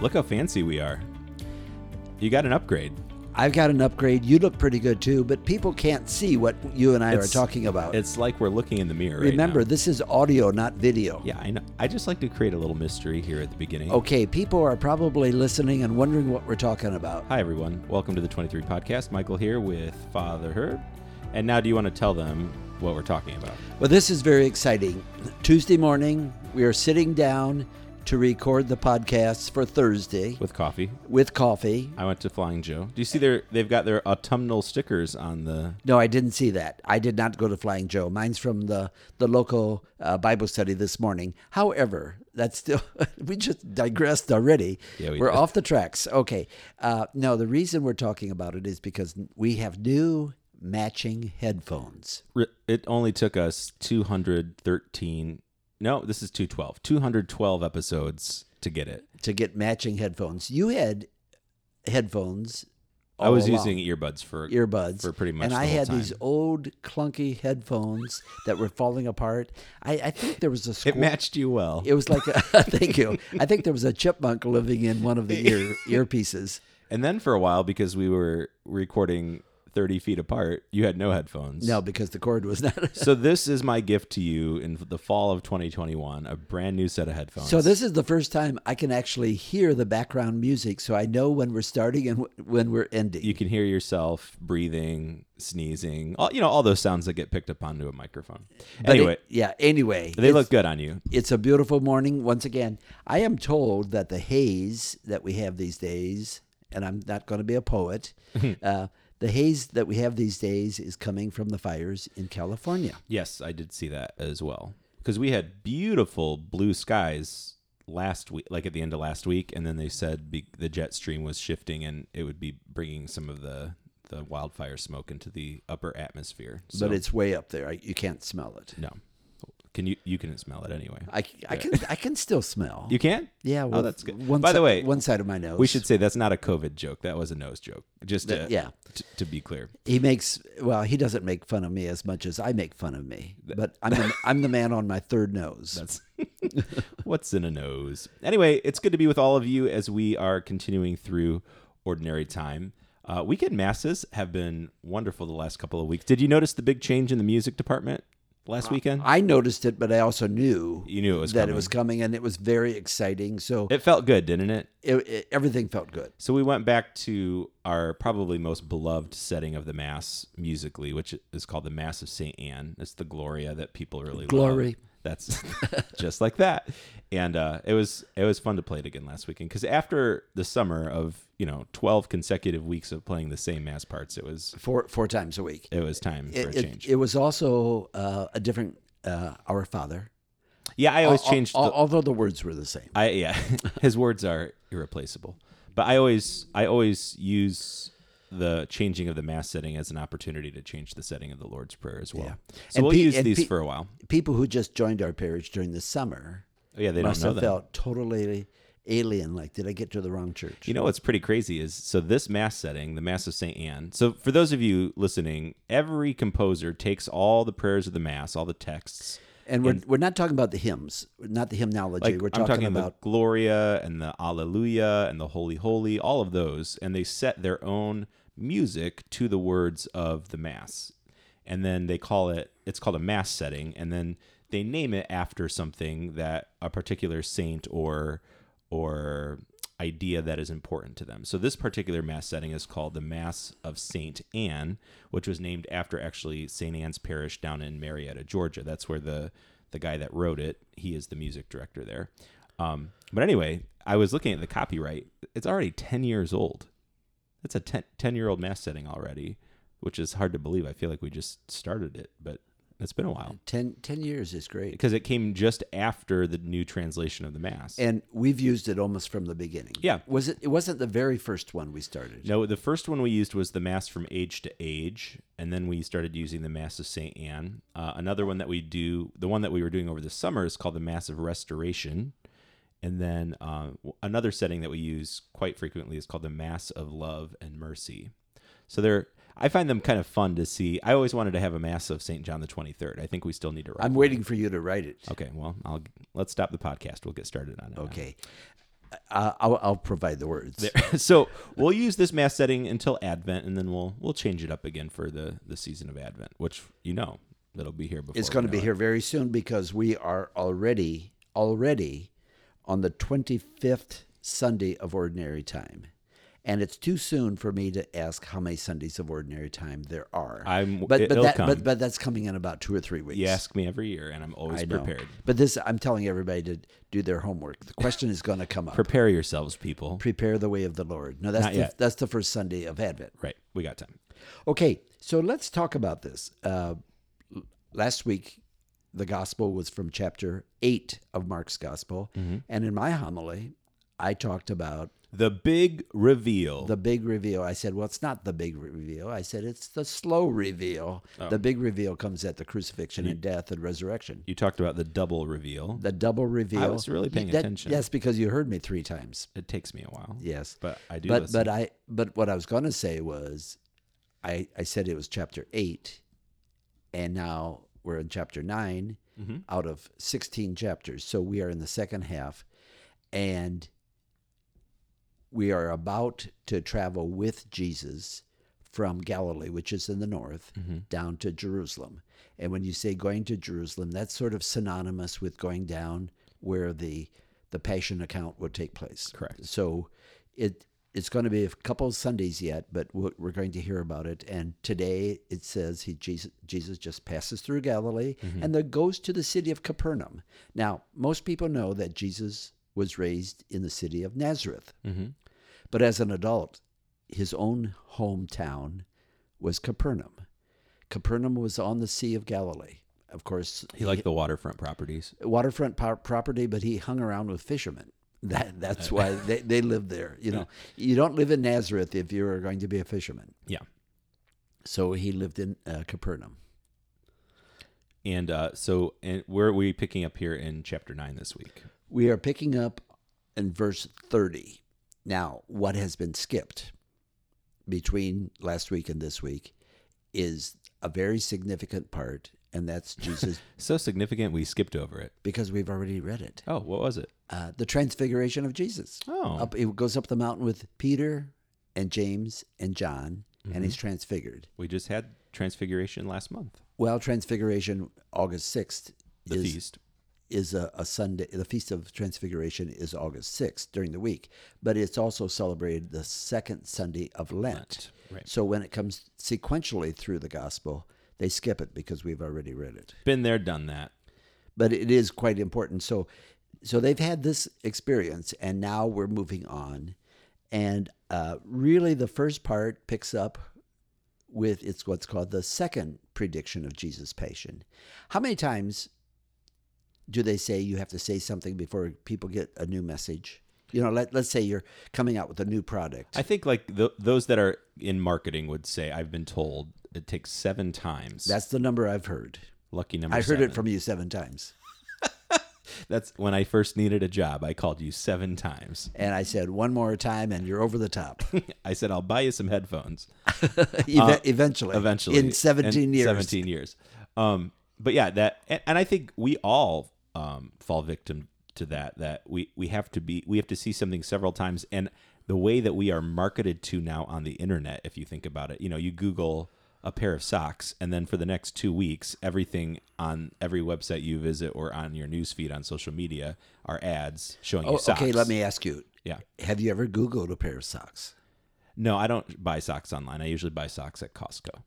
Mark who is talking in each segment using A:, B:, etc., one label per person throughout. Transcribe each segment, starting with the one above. A: Look how fancy we are. You got an upgrade.
B: I've got an upgrade. You look pretty good too, but people can't see what you and I
A: It's-
B: are talking about.
A: It's like we're looking in the mirror. right
B: Remember,
A: now.
B: this is audio, not video.
A: Yeah, I know. I just like to create a little mystery here at the beginning.
B: Okay, people are probably listening and wondering what we're talking about.
A: Hi, everyone. Welcome to the 23 Podcast. Michael here with Father Herb. And now, do you want to tell them what we're talking about?
B: Well, this is very exciting. Tuesday morning, we are sitting down to record the podcasts for Thursday
A: With coffee,
B: with coffee.
A: I went to Flying Joe. Do you see their? They've got their autumnal stickers on the.
B: No, I didn't see that. I did not go to Flying Joe. Mine's from the the local uh, Bible study this morning. However, that's still we just digressed already.
A: Yeah, we
B: are
A: did.
B: off the tracks. Okay. Uh, no, the reason we're talking about it is because we have new matching headphones.
A: It only took us 213. No, this is 212. 212 episodes to get it.
B: to get matching headphones. You had headphones.
A: I was
B: all along,
A: using earbuds for
B: earbuds
A: for pretty much
B: and
A: the
B: I
A: whole
B: had
A: time.
B: these old clunky headphones that were falling apart. I, I think there was a
A: It
B: squirrel.
A: matched you well.
B: It was like a, thank you. I think there was a chipmunk living in one of the ear earpieces.
A: and then for a while, because we were recording 30 feet apart, you had no headphones.
B: No, because the cord was not.
A: So this is my gift to you in the fall of 2021, a brand new set of headphones.
B: So this is the first time I can actually hear the background music, so I know when we're starting and wh- when we're ending.
A: you can hear yourself breathing, sneezing, all, you know, all those sounds that get picked up onto a microphone.
B: But it-
A: anyway,
B: yeah. Anyway,
A: they look good on you.
B: It's a beautiful morning once again. I am told that the haze that we have these days, and I'm not going to be a poet, uh, the haze that we have these days is coming from the fires in California.
A: Yes, I did see that as well because we had beautiful blue skies last week, like at the end of last week, and then they said be- the jet stream was shifting and it would be bringing some of the the wildfire smoke into the upper atmosphere. So
B: But it's way up there. I, you can't smell it.
A: no, can you you can smell it anyway?
B: I, I can I can still smell.
A: You can?
B: yeah.
A: Oh,
B: Well,
A: that's good.
B: One
A: By the
B: si-
A: way,
B: one side of my nose.
A: we should say that's not a COVID joke. That was a nose joke. Just to,
B: That- yeah.
A: t- to be clear.
B: He makes well. He doesn't make fun of me as much as I make fun of me. But I'm the, I'm the man on my third nose.
A: That's what's in a nose. Anyway, it's good to be with all of you as we are continuing through ordinary time. Uh, weekend masses have been wonderful the last couple of weeks. Did you notice the big change in the music department last weekend?
B: I noticed it, but I also knew
A: You knew it was
B: that
A: coming.
B: it was coming, and it was very exciting. So
A: It felt good, didn't it?
B: it, it, everything felt good.
A: So we went back to our probably most beloved setting of the mass musically, which is called the Mass of Saint Anne. It's the Gloria that people really love.
B: Glory.
A: That's just like that. And uh, it was it was fun to play it again last weekend because after the summer of you know twelve consecutive weeks of playing the same mass parts, it was
B: Four four times a week.
A: it was time for
B: It,
A: a
B: it,
A: change.
B: it was also uh, a different uh, Our Father.
A: yeah, I always
B: Al-
A: changed.
B: al-
A: the,
B: although the words were the same.
A: I yeah, his words are irreplaceable. But I always I always use the changing of the mass setting as an opportunity to change the setting of the Lord's Prayer as well. So
B: And
A: we'll
B: Pete-
A: use
B: and
A: these
B: Pete-
A: for a while.
B: People who just joined our parish during the summer
A: Oh, yeah, they don't
B: must
A: know
B: have
A: that.
B: felt totally alien. Like, did I get to the wrong church?
A: You know what's pretty crazy is so this mass setting, the Mass of St. Anne. So for those of you listening, every composer takes all the prayers of the mass, all the texts.
B: and we're, we're not talking about the hymns, not the hymnology.
A: Like
B: we're
A: I'm
B: talking,
A: talking
B: about
A: the Gloria and the Alleluia and the Holy Holy, all of those, and they set their own music to the words of the mass, and then they call it. It's called a mass setting, and then they name it after something that a particular saint or or idea that is important to them. So this particular mass setting is called the Mass of Saint Anne, which was named after actually Saint Anne's Parish down in Marietta, Georgia. That's where the the guy that wrote it, he is the music director there. Um, but anyway, I was looking at the copyright. It's already 10 years old. It's a 10, 10 year old mass setting already, which is hard to believe. I feel like we just started it, but it's been a while
B: 10, 10 years is great.
A: because it came just after the new translation of the mass.
B: And we've used it almost from the beginning.
A: Yeah.
B: Was it, it wasn't the very first one we started.
A: No, the first one we used was the Mass from Age to Age, and then we started using the Mass of St. Anne. Uh, another one that we do, the one that we were doing over the summer, is called the Mass of Restoration. And then uh, w- another setting that we use quite frequently is called the Mass of Love and Mercy. So they're, I find them kind of fun to see. I always wanted to have a Mass of St. John the 23rd. I think we still need to write.
B: I'm waiting for you to write it.
A: Okay, well, I'll let's stop the podcast. We'll get started on it. now.
B: Okay. Uh, I'll, I'll provide the words.
A: so we'll use this mass setting until Advent, and then we'll we'll change it up again for the the season of Advent, which you know that'll be here before.
B: It's
A: Oh, we
B: going to
A: know
B: be
A: it.
B: here very soon because we are already already on the 25th Sunday of ordinary time. And it's too soon for me to ask how many Sundays of ordinary time there are.
A: I'm-
B: but but
A: it'll
B: that
A: come.
B: but but that's coming in about 2 or 3 weeks.
A: You ask me every year, and I'm always
B: I know.
A: prepared.
B: But this I'm telling everybody to do their homework. The question is going to come up.
A: Prepare yourselves, people.
B: Prepare the way of the Lord. No, that's
A: Not
B: the,
A: yet.
B: that's the first Sunday of Advent.
A: right, we got time.
B: Okay, so let's talk about this. Uh, l- last week, the gospel was from chapter 8 of Mark's gospel.
A: Mm-hmm.
B: And in my homily, I talked about
A: The big reveal.
B: the big reveal. I said, well, it's not the big reveal. I said, it's the slow reveal.
A: Oh.
B: The big reveal comes at the crucifixion and death and resurrection.
A: you talked about the double reveal.
B: The double reveal.
A: was really paying
B: That-
A: attention.
B: Yes, because you heard me three times.
A: It takes me a while.
B: Yes.
A: but I do.
B: but
A: listen.
B: but I but what I was going to say was, I I said it was chapter eight, and now we're in chapter 9 out of sixteen chapters. So we are in the second half, and we are about to travel with Jesus from Galilee, which is in the north, down to Jerusalem. And when you say going to Jerusalem, that's sort of synonymous with going down where the the passion account would take place.
A: Correct.
B: So it it's going to be a couple of Sundays yet, but we're we're going to hear about it. And today it says he Jesus, Jesus just passes through Galilee and then goes to the city of Capernaum. Now, most people know that Jesus was raised in the city of Nazareth. But as an adult, his own hometown was Capernaum. Capernaum was on the Sea of Galilee. Of course,
A: he liked the waterfront properties.
B: waterfront po- property, but he hung around with fishermen. That, that's why they, they lived there. You know, you don't live in Nazareth if you're going to be a fisherman.
A: Yeah,
B: So he lived in uh, Capernaum.
A: and uh, so and where are we picking up here in chapter nine this week?
B: We are picking up in verse 30. Now, what has been skipped between last week and this week is a very significant part, and that's Jesus,
A: So significant, we skipped over it.
B: because we've already read it.
A: Oh, what was it?
B: Uh, the transfiguration of Jesus.
A: Oh,
B: Up, it goes up the mountain with Peter and James and John, and
A: Mm-hmm.
B: he's transfigured.
A: we just had Transfiguration last month.
B: Well, transfiguration, August 6th,
A: The
B: is,
A: feast.
B: is a, a Sunday. The Feast of Transfiguration is August 6th during the week, but it's also celebrated the second Sunday of Lent.
A: right.
B: So when it comes sequentially through the gospel, they skip it because we've already read it.
A: Been there, done that.
B: But it is quite important. So, so they've had this experience, and now we're moving on. And uh, really, the first part picks up with it's what's called the second prediction of Jesus' passion. How many times do they say you have to say something before people get a new message? You know, let, let's say you're coming out with a new product.
A: I think like th those that are in marketing would say, I've been told it takes seven times.
B: That's the number I've heard.
A: lucky number.
B: I heard
A: seven.
B: it from you seven times.
A: That's when I first needed a job. I called you seven times.
B: And I said, one more time, and you're over the top.
A: I said, I'll buy you some headphones.
B: Eve- eventually.
A: Uh, eventually
B: In 17
A: In
B: years.
A: 17 years um but yeah that and, and i think we all um fall victim to that that we we have to be we have to see something several times and the way that we are marketed to now on the internet if you think about it you know you google a pair of socks and then for the next 2 weeks everything on every website you visit or on your news feed on social media are ads showing
B: Oh,
A: you socks
B: okay, let me ask you.
A: yeah
B: Have you ever Googled a pair of socks?
A: no i don't buy socks online i usually buy socks at Costco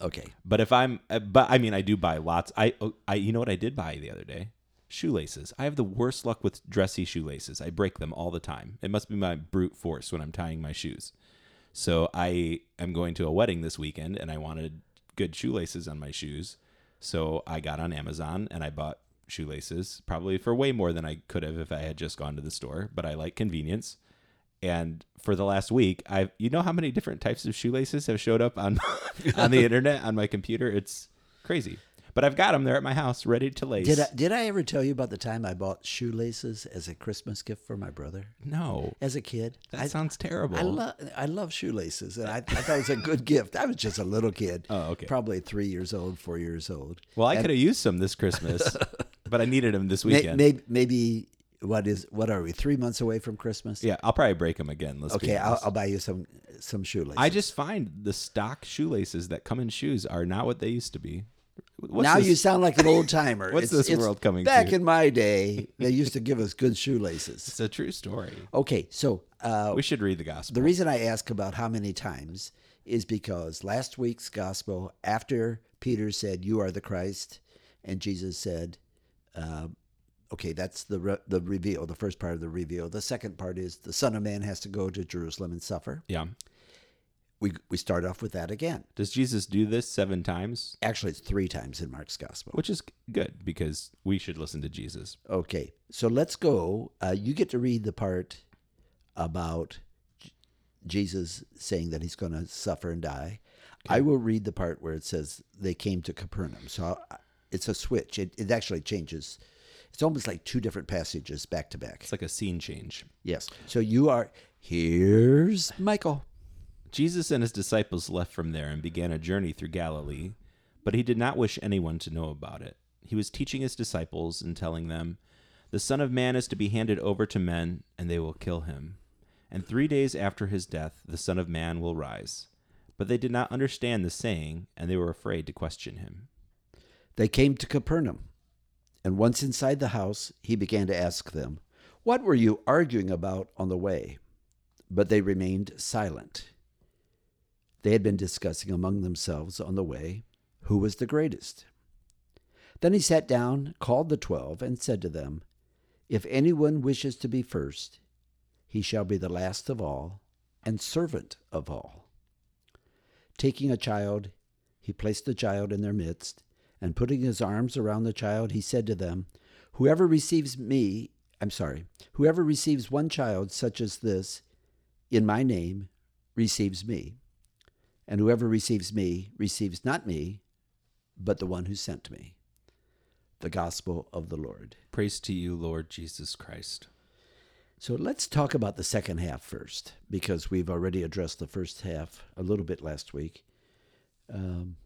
B: Okay.
A: But if I'm, uh, but I mean, I do buy lots. I, oh, I, you know what I did buy the other day? Shoelaces. I have the worst luck with dressy shoelaces. I break them all the time. It must be my brute force when I'm tying my shoes. So I am going to a wedding this weekend, and I wanted good shoelaces on my shoes. So I got on Amazon and I bought shoelaces, probably for way more than I could have if I had just gone to the store. But I like convenience. And for the last week, I've you know how many different types of shoelaces have showed up on on the internet on my computer. It's crazy, but I've got them. They're at my house, ready to lace.
B: Did I, did I ever tell you about the time I bought shoelaces as a Christmas gift for my brother
A: No,
B: as a kid?
A: that
B: I,
A: sounds terrible.
B: I love I love shoelaces, and I, I thought it was a good gift. I was just a little kid,
A: Oh, okay.
B: probably three years old, four years old.
A: well, I could have used some this Christmas, but I needed them this
B: May-
A: weekend.
B: may- maybe what is what are we three months away from Christmas?
A: Yeah, I'll probably break them again. Let's
B: Okay,
A: Be
B: I'll,
A: honest.
B: I'll buy you some some shoelaces.
A: I just find the stock shoelaces that come in shoes are not what they used to be. What's
B: now
A: this-
B: you sound like an old timer.
A: What's this world coming
B: Back
A: to?
B: in my day, they used to give us good shoelaces.
A: It's a true story.
B: Okay, so uh,
A: We should read the gospel.
B: the reason I ask about how many times is because last week's gospel, after Peter said, "You are the Christ," and Jesus said, um, "Okay, that's the re- the reveal, the first part of the reveal. The second part is the Son of Man has to go to Jerusalem and suffer."
A: yeah.
B: We we start off with that again.
A: Does Jesus do this seven times?
B: Actually, it's three times in Mark's gospel.
A: Which is good because we should listen to Jesus.
B: Okay, so let's go. Uh, you get to read the part about J- Jesus saying that he's going to suffer and die. I will read the part where it says they came to Capernaum. So I, it's a switch. It, it actually changes. It's almost like two different passages back to back.
A: It's like a scene change.
B: Yes. So you are here's Michael.
A: Jesus and his disciples left from there and began a journey through Galilee, but he did not wish anyone to know about it. He was teaching his disciples and telling them, The Son of Man is to be handed over to men, and they will kill him. And three days after his death, the Son of Man will rise. But they did not understand the saying, and they were afraid to question him.
B: They came to Capernaum, and once inside the house, he began to ask them, What were you arguing about on the way? But they remained silent. They had been discussing among themselves on the way who was the greatest. Then he sat down, called the twelve, and said to them, If anyone wishes to be first, he shall be the last of all and servant of all. Taking a child, he placed the child in their midst, and putting his arms around the child, he said to them, Whoever receives me, I'm sorry, whoever receives one child such as this in my name receives me, and whoever receives me receives not me, but the one who sent me. The Gospel of the Lord.
A: Praise to you, Lord Jesus Christ.
B: So let's talk about the second half first, because we've already addressed the first half a little bit last week. Um,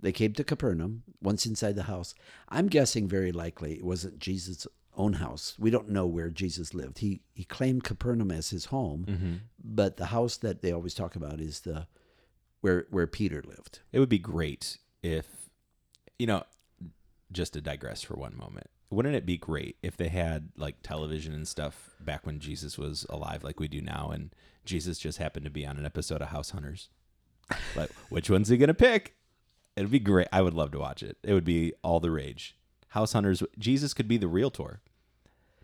B: they came to Capernaum. Once inside the house, I'm guessing very likely it wasn't Jesus' own house. We don't know where Jesus lived. He he claimed Capernaum as his home,
A: Mm-hmm.
B: but the house that they always talk about is the where where Peter lived.
A: It would be great if, you know, just to digress for one moment. Wouldn't it be great if they had like television and stuff back when Jesus was alive, like we do now, and Jesus just happened to be on an episode of House Hunters? Like, which one's he gonna pick? It'd be great. I would love to watch it. It would be all the rage. House Hunters. Jesus could be the realtor.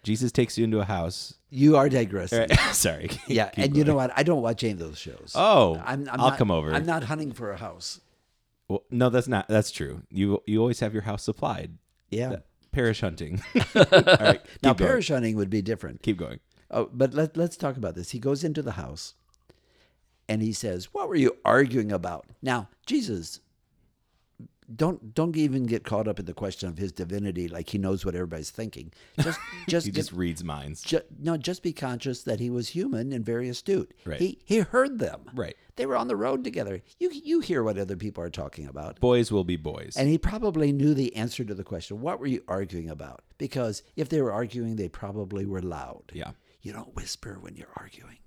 A: Jesus takes you into a house.
B: You are digressing.
A: Sorry.
B: Yeah,
A: Keep
B: and you
A: going.
B: know what? I don't watch any of those shows.
A: Oh, i
B: I'm, I'm
A: will
B: not-
A: come over.
B: I'm not hunting for a house.
A: Well, no, that's not. That's true. You you always have your house supplied.
B: Yeah.
A: Parish hunting. All right. Keep
B: Uh, Now,
A: going.
B: parish hunting would be different.
A: Keep going.
B: Oh, but let, let's talk about this. He goes into the house and he says, What were you arguing about? Now, Jesus, don't don't even get caught up in the question of his divinity, like he knows what everybody's thinking. Just just,
A: He
B: get,
A: just reads minds.
B: ju- no, just be conscious that he was human and very astute.
A: Right.
B: He he heard them.
A: Right.
B: They were on the road together. You you hear what other people are talking about.
A: Boys will be boys.
B: And he probably knew the answer to the question, what were you arguing about? Because if they were arguing, they probably were loud.
A: yeah,
B: You don't whisper when you're arguing.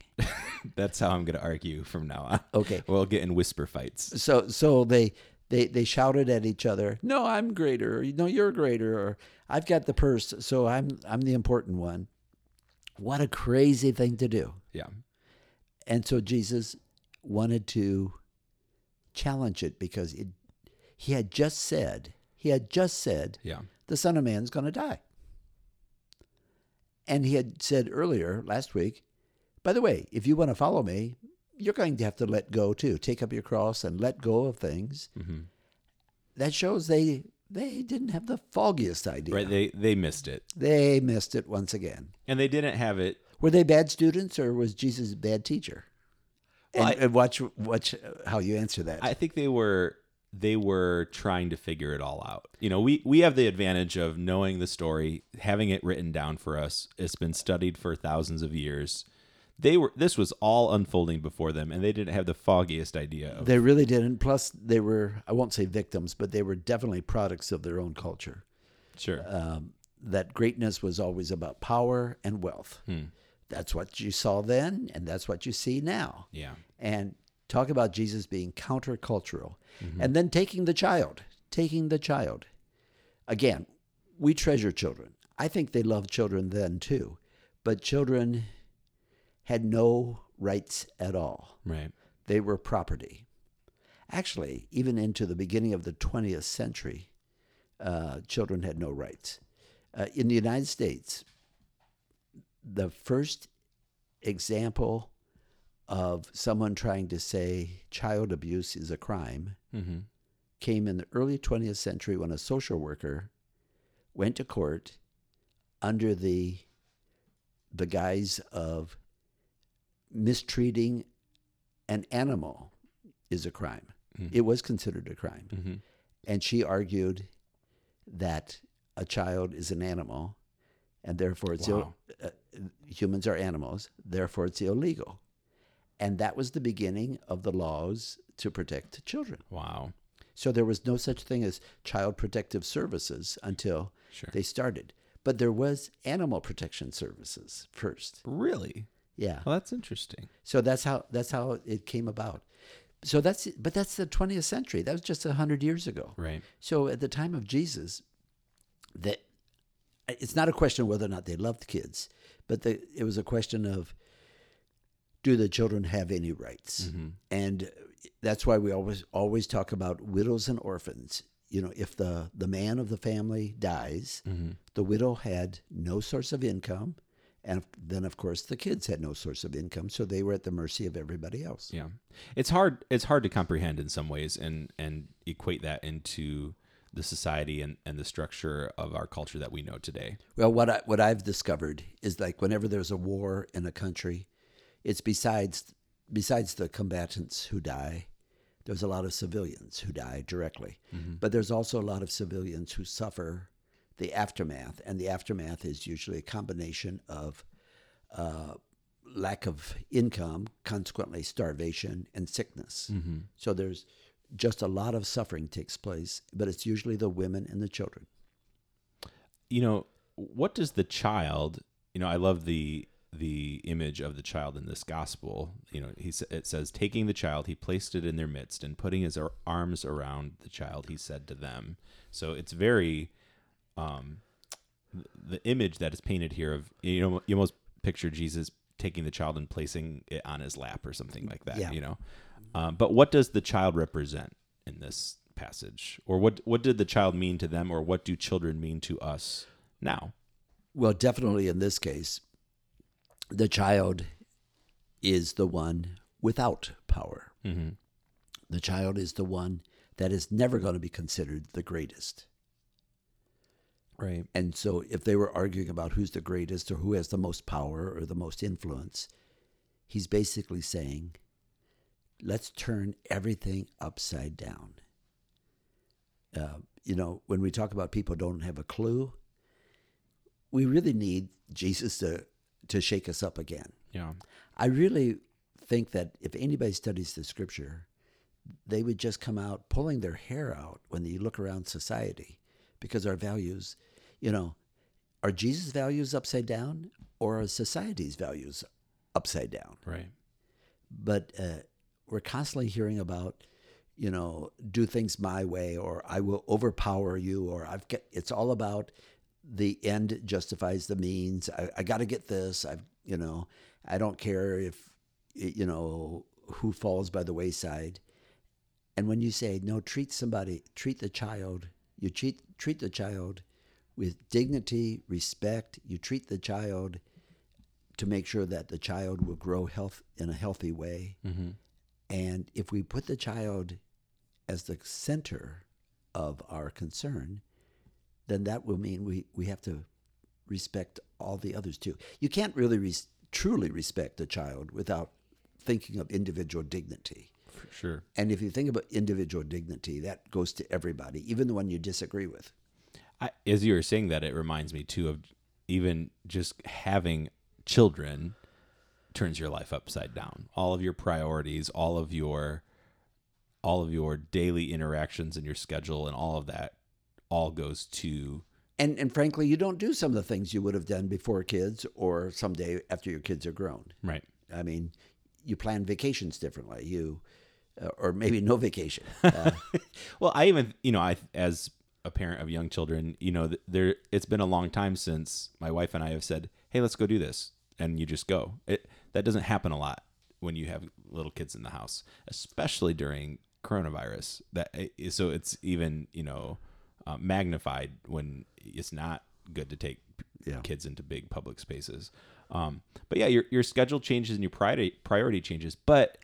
A: that's how I'm going to argue from now on.
B: Okay.
A: We'll get in whisper fights.
B: So so they they they shouted at each other. No, I'm greater. Or, no, you're greater. Or I've got the purse, so I'm I'm the important one. What a crazy thing to do.
A: Yeah.
B: And so Jesus wanted to challenge it because it he had just said he had just said
A: Yeah.
B: the Son of Man's going to die. And he had said earlier last week, by the way, if you want to follow me, you're going to have to let go too. Take up your cross and let go of things.
A: Mhm.
B: That shows they they didn't have the foggiest idea.
A: Right. They they missed it,
B: They missed it once again.
A: and they didn't have it.
B: Were they bad students or was Jesus a bad teacher? And,
A: Well, I-
B: and watch watch how you answer that.
A: I think they were they were trying to figure it all out. You know, we we have the advantage of knowing the story, having it written down for us. It's been studied for thousands of years. They were this was all unfolding before them and they didn't have the foggiest idea of
B: they really didn't. Plus, they were I won't say victims, but they were definitely products of their own culture.
A: sure.
B: um, that greatness was always about power and wealth. That's what you saw then, and that's what you see now.
A: Yeah.
B: And talk about Jesus being countercultural. And then taking the child, taking the child. Again, we treasure children. I think they loved children then too, but children had no rights at all
A: Right.
B: they were property. Actually, even into the beginning of the 20th century, uh, children had no rights. Uh, in the United States, the first example of someone trying to say child abuse is a crime
A: Mm-hmm.
B: came in the early 20th century when a social worker went to court under the the guise of mistreating an animal is a crime. It was considered a crime.
A: Mm-hmm.
B: And she argued that a child is an animal and therefore it's
A: Wow.
B: Ill, uh, humans are animals, therefore it's illegal. And that was the beginning of the laws to protect children.
A: Wow.
B: So there was no such thing as child protective services until
A: Sure.
B: they started. But there was animal protection services first.
A: Really?
B: Yeah.
A: Well, that's interesting.
B: So that's how that's how it came about. So that's but that's the 20th century. That was just 100 years ago.
A: Right.
B: So at the time of Jesus, that it's not a question whether or not they loved kids, but the, it was a question of do the children have any rights? And that's why we always always talk about widows and orphans. You know, if the the man of the family dies, the widow had no source of income, and then of course the kids had no source of income, so they were at the mercy of everybody else.
A: Yeah. It's hard it's hard to comprehend in some ways and and equate that into the society and, and the structure of our culture that we know today.
B: Well, what I, what I've discovered is like whenever there's a war in a country, it's besides besides the combatants who die, there's a lot of civilians who die directly, but there's also a lot of civilians who suffer the aftermath, and the aftermath is usually a combination of uh, lack of income, consequently starvation and sickness. So there's just a lot of suffering takes place, but it's usually the women and the children.
A: You know, what does the child, you know, I love the the image of the child in this gospel. You know, he sa- it says taking the child, he placed it in their midst and putting his ar- arms around the child, he said to them. So it's very um th- the image that is painted here of you know you almost picture Jesus taking the child and placing it on his lap or something like that
B: Yeah.
A: you know um, but what does the child represent in this passage or what what did the child mean to them or what do children mean to us now
B: Well, definitely in this case, the child is the one without power.
A: Mhm.
B: The child is the one that is never going to be considered the greatest.
A: right
B: And so, if they were arguing about who's the greatest or who has the most power or the most influence, he's basically saying, let's turn everything upside down. Uh, you know, when we talk about people don't have a clue, we really need Jesus to, to shake us up again.
A: yeah
B: I really think that if anybody studies the scripture, they would just come out pulling their hair out when you look around society because our values, you know, are Jesus' values upside down or are society's values upside down?
A: right
B: But uh, we're constantly hearing about, you know, do things my way or I will overpower you or I've got, it's all about the end justifies the means. I, I got to get this. I've, you know, I don't care if, you know, who falls by the wayside. And when you say no, treat somebody, treat the child. You treat treat the child with dignity, respect. You treat the child to make sure that the child will grow health in a healthy way. And if we put the child as the center of our concern, then that will mean we, we have to respect all the others too. You can't really res- truly respect the child without thinking of individual dignity.
A: for sure
B: And if you think about individual dignity, that goes to everybody, even the one you disagree with.
A: I, as you were saying that, it reminds me too of even just having children turns your life upside down. All of your priorities, all of your all of your daily interactions and your schedule and all of that all goes to
B: and and frankly, you don't do some of the things you would have done before kids or someday after your kids are grown.
A: Right.
B: I mean, you plan vacations differently. You, uh, or maybe no vacation. Uh,
A: Well, I even you know I as a parent of young children, you know th- there it's been a long time since my wife and I have said, "Hey, let's go do this," and you just go. It that doesn't happen a lot when you have little kids in the house, especially during coronavirus. That i- so it's even you know uh, magnified when it's not good to take p-
B: Yeah.
A: kids into big public spaces. Um, but yeah, your your schedule changes and your priority priority changes, but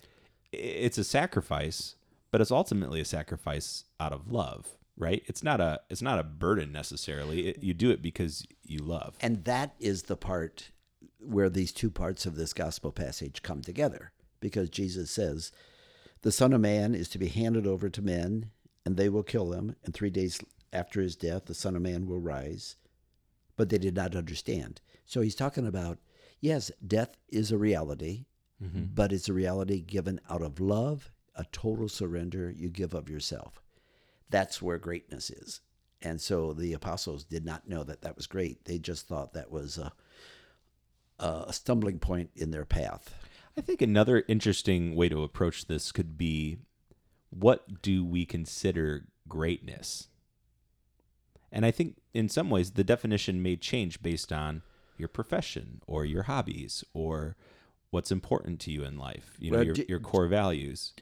A: i- it's a sacrifice, but it's ultimately a sacrifice out of love, right? It's not a it's not a burden necessarily. It, you do it because you love.
B: and that is the part where these two parts of this gospel passage come together, because Jesus says, "The Son of Man is to be handed over to men, and they will kill him. And three days after his death, the Son of Man will rise." But they did not understand. So he's talking about yes, death is a reality. but it's a reality given out of love, a total surrender you give of yourself. That's where greatness is. And so the apostles did not know that that was great. They just thought that was a, a stumbling point in their path.
A: I think another interesting way to approach this could be what do we consider greatness? And I think in some ways the definition may change based on your profession or your hobbies or what's important to you in life, you know,
B: Well,
A: your,
B: d-
A: your core values.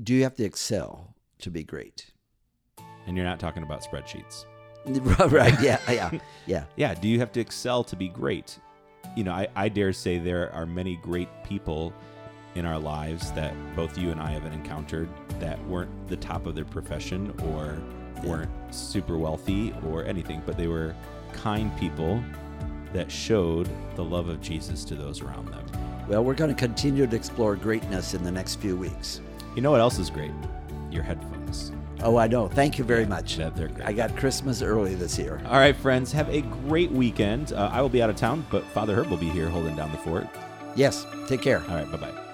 B: Do you have to excel to be great?
A: And you're not talking about spreadsheets.
B: right. Yeah. Yeah. Yeah.
A: yeah do you have to excel to be great you know I, I dare say there are many great people in our lives that both you and i haven't encountered that weren't the top of their profession or weren't super wealthy or anything but they were kind people that showed the love of jesus to those around them
B: Well, we're going to continue to explore greatness in the next few weeks.
A: you know what else is great your headphones
B: Oh, I know. Thank you very much.
A: that they're great
B: I got Christmas early this year.
A: all right friends have a great weekend uh, i will be out of town but father herb will be here holding down the fort
B: Yes. Take care.
A: all right bye-bye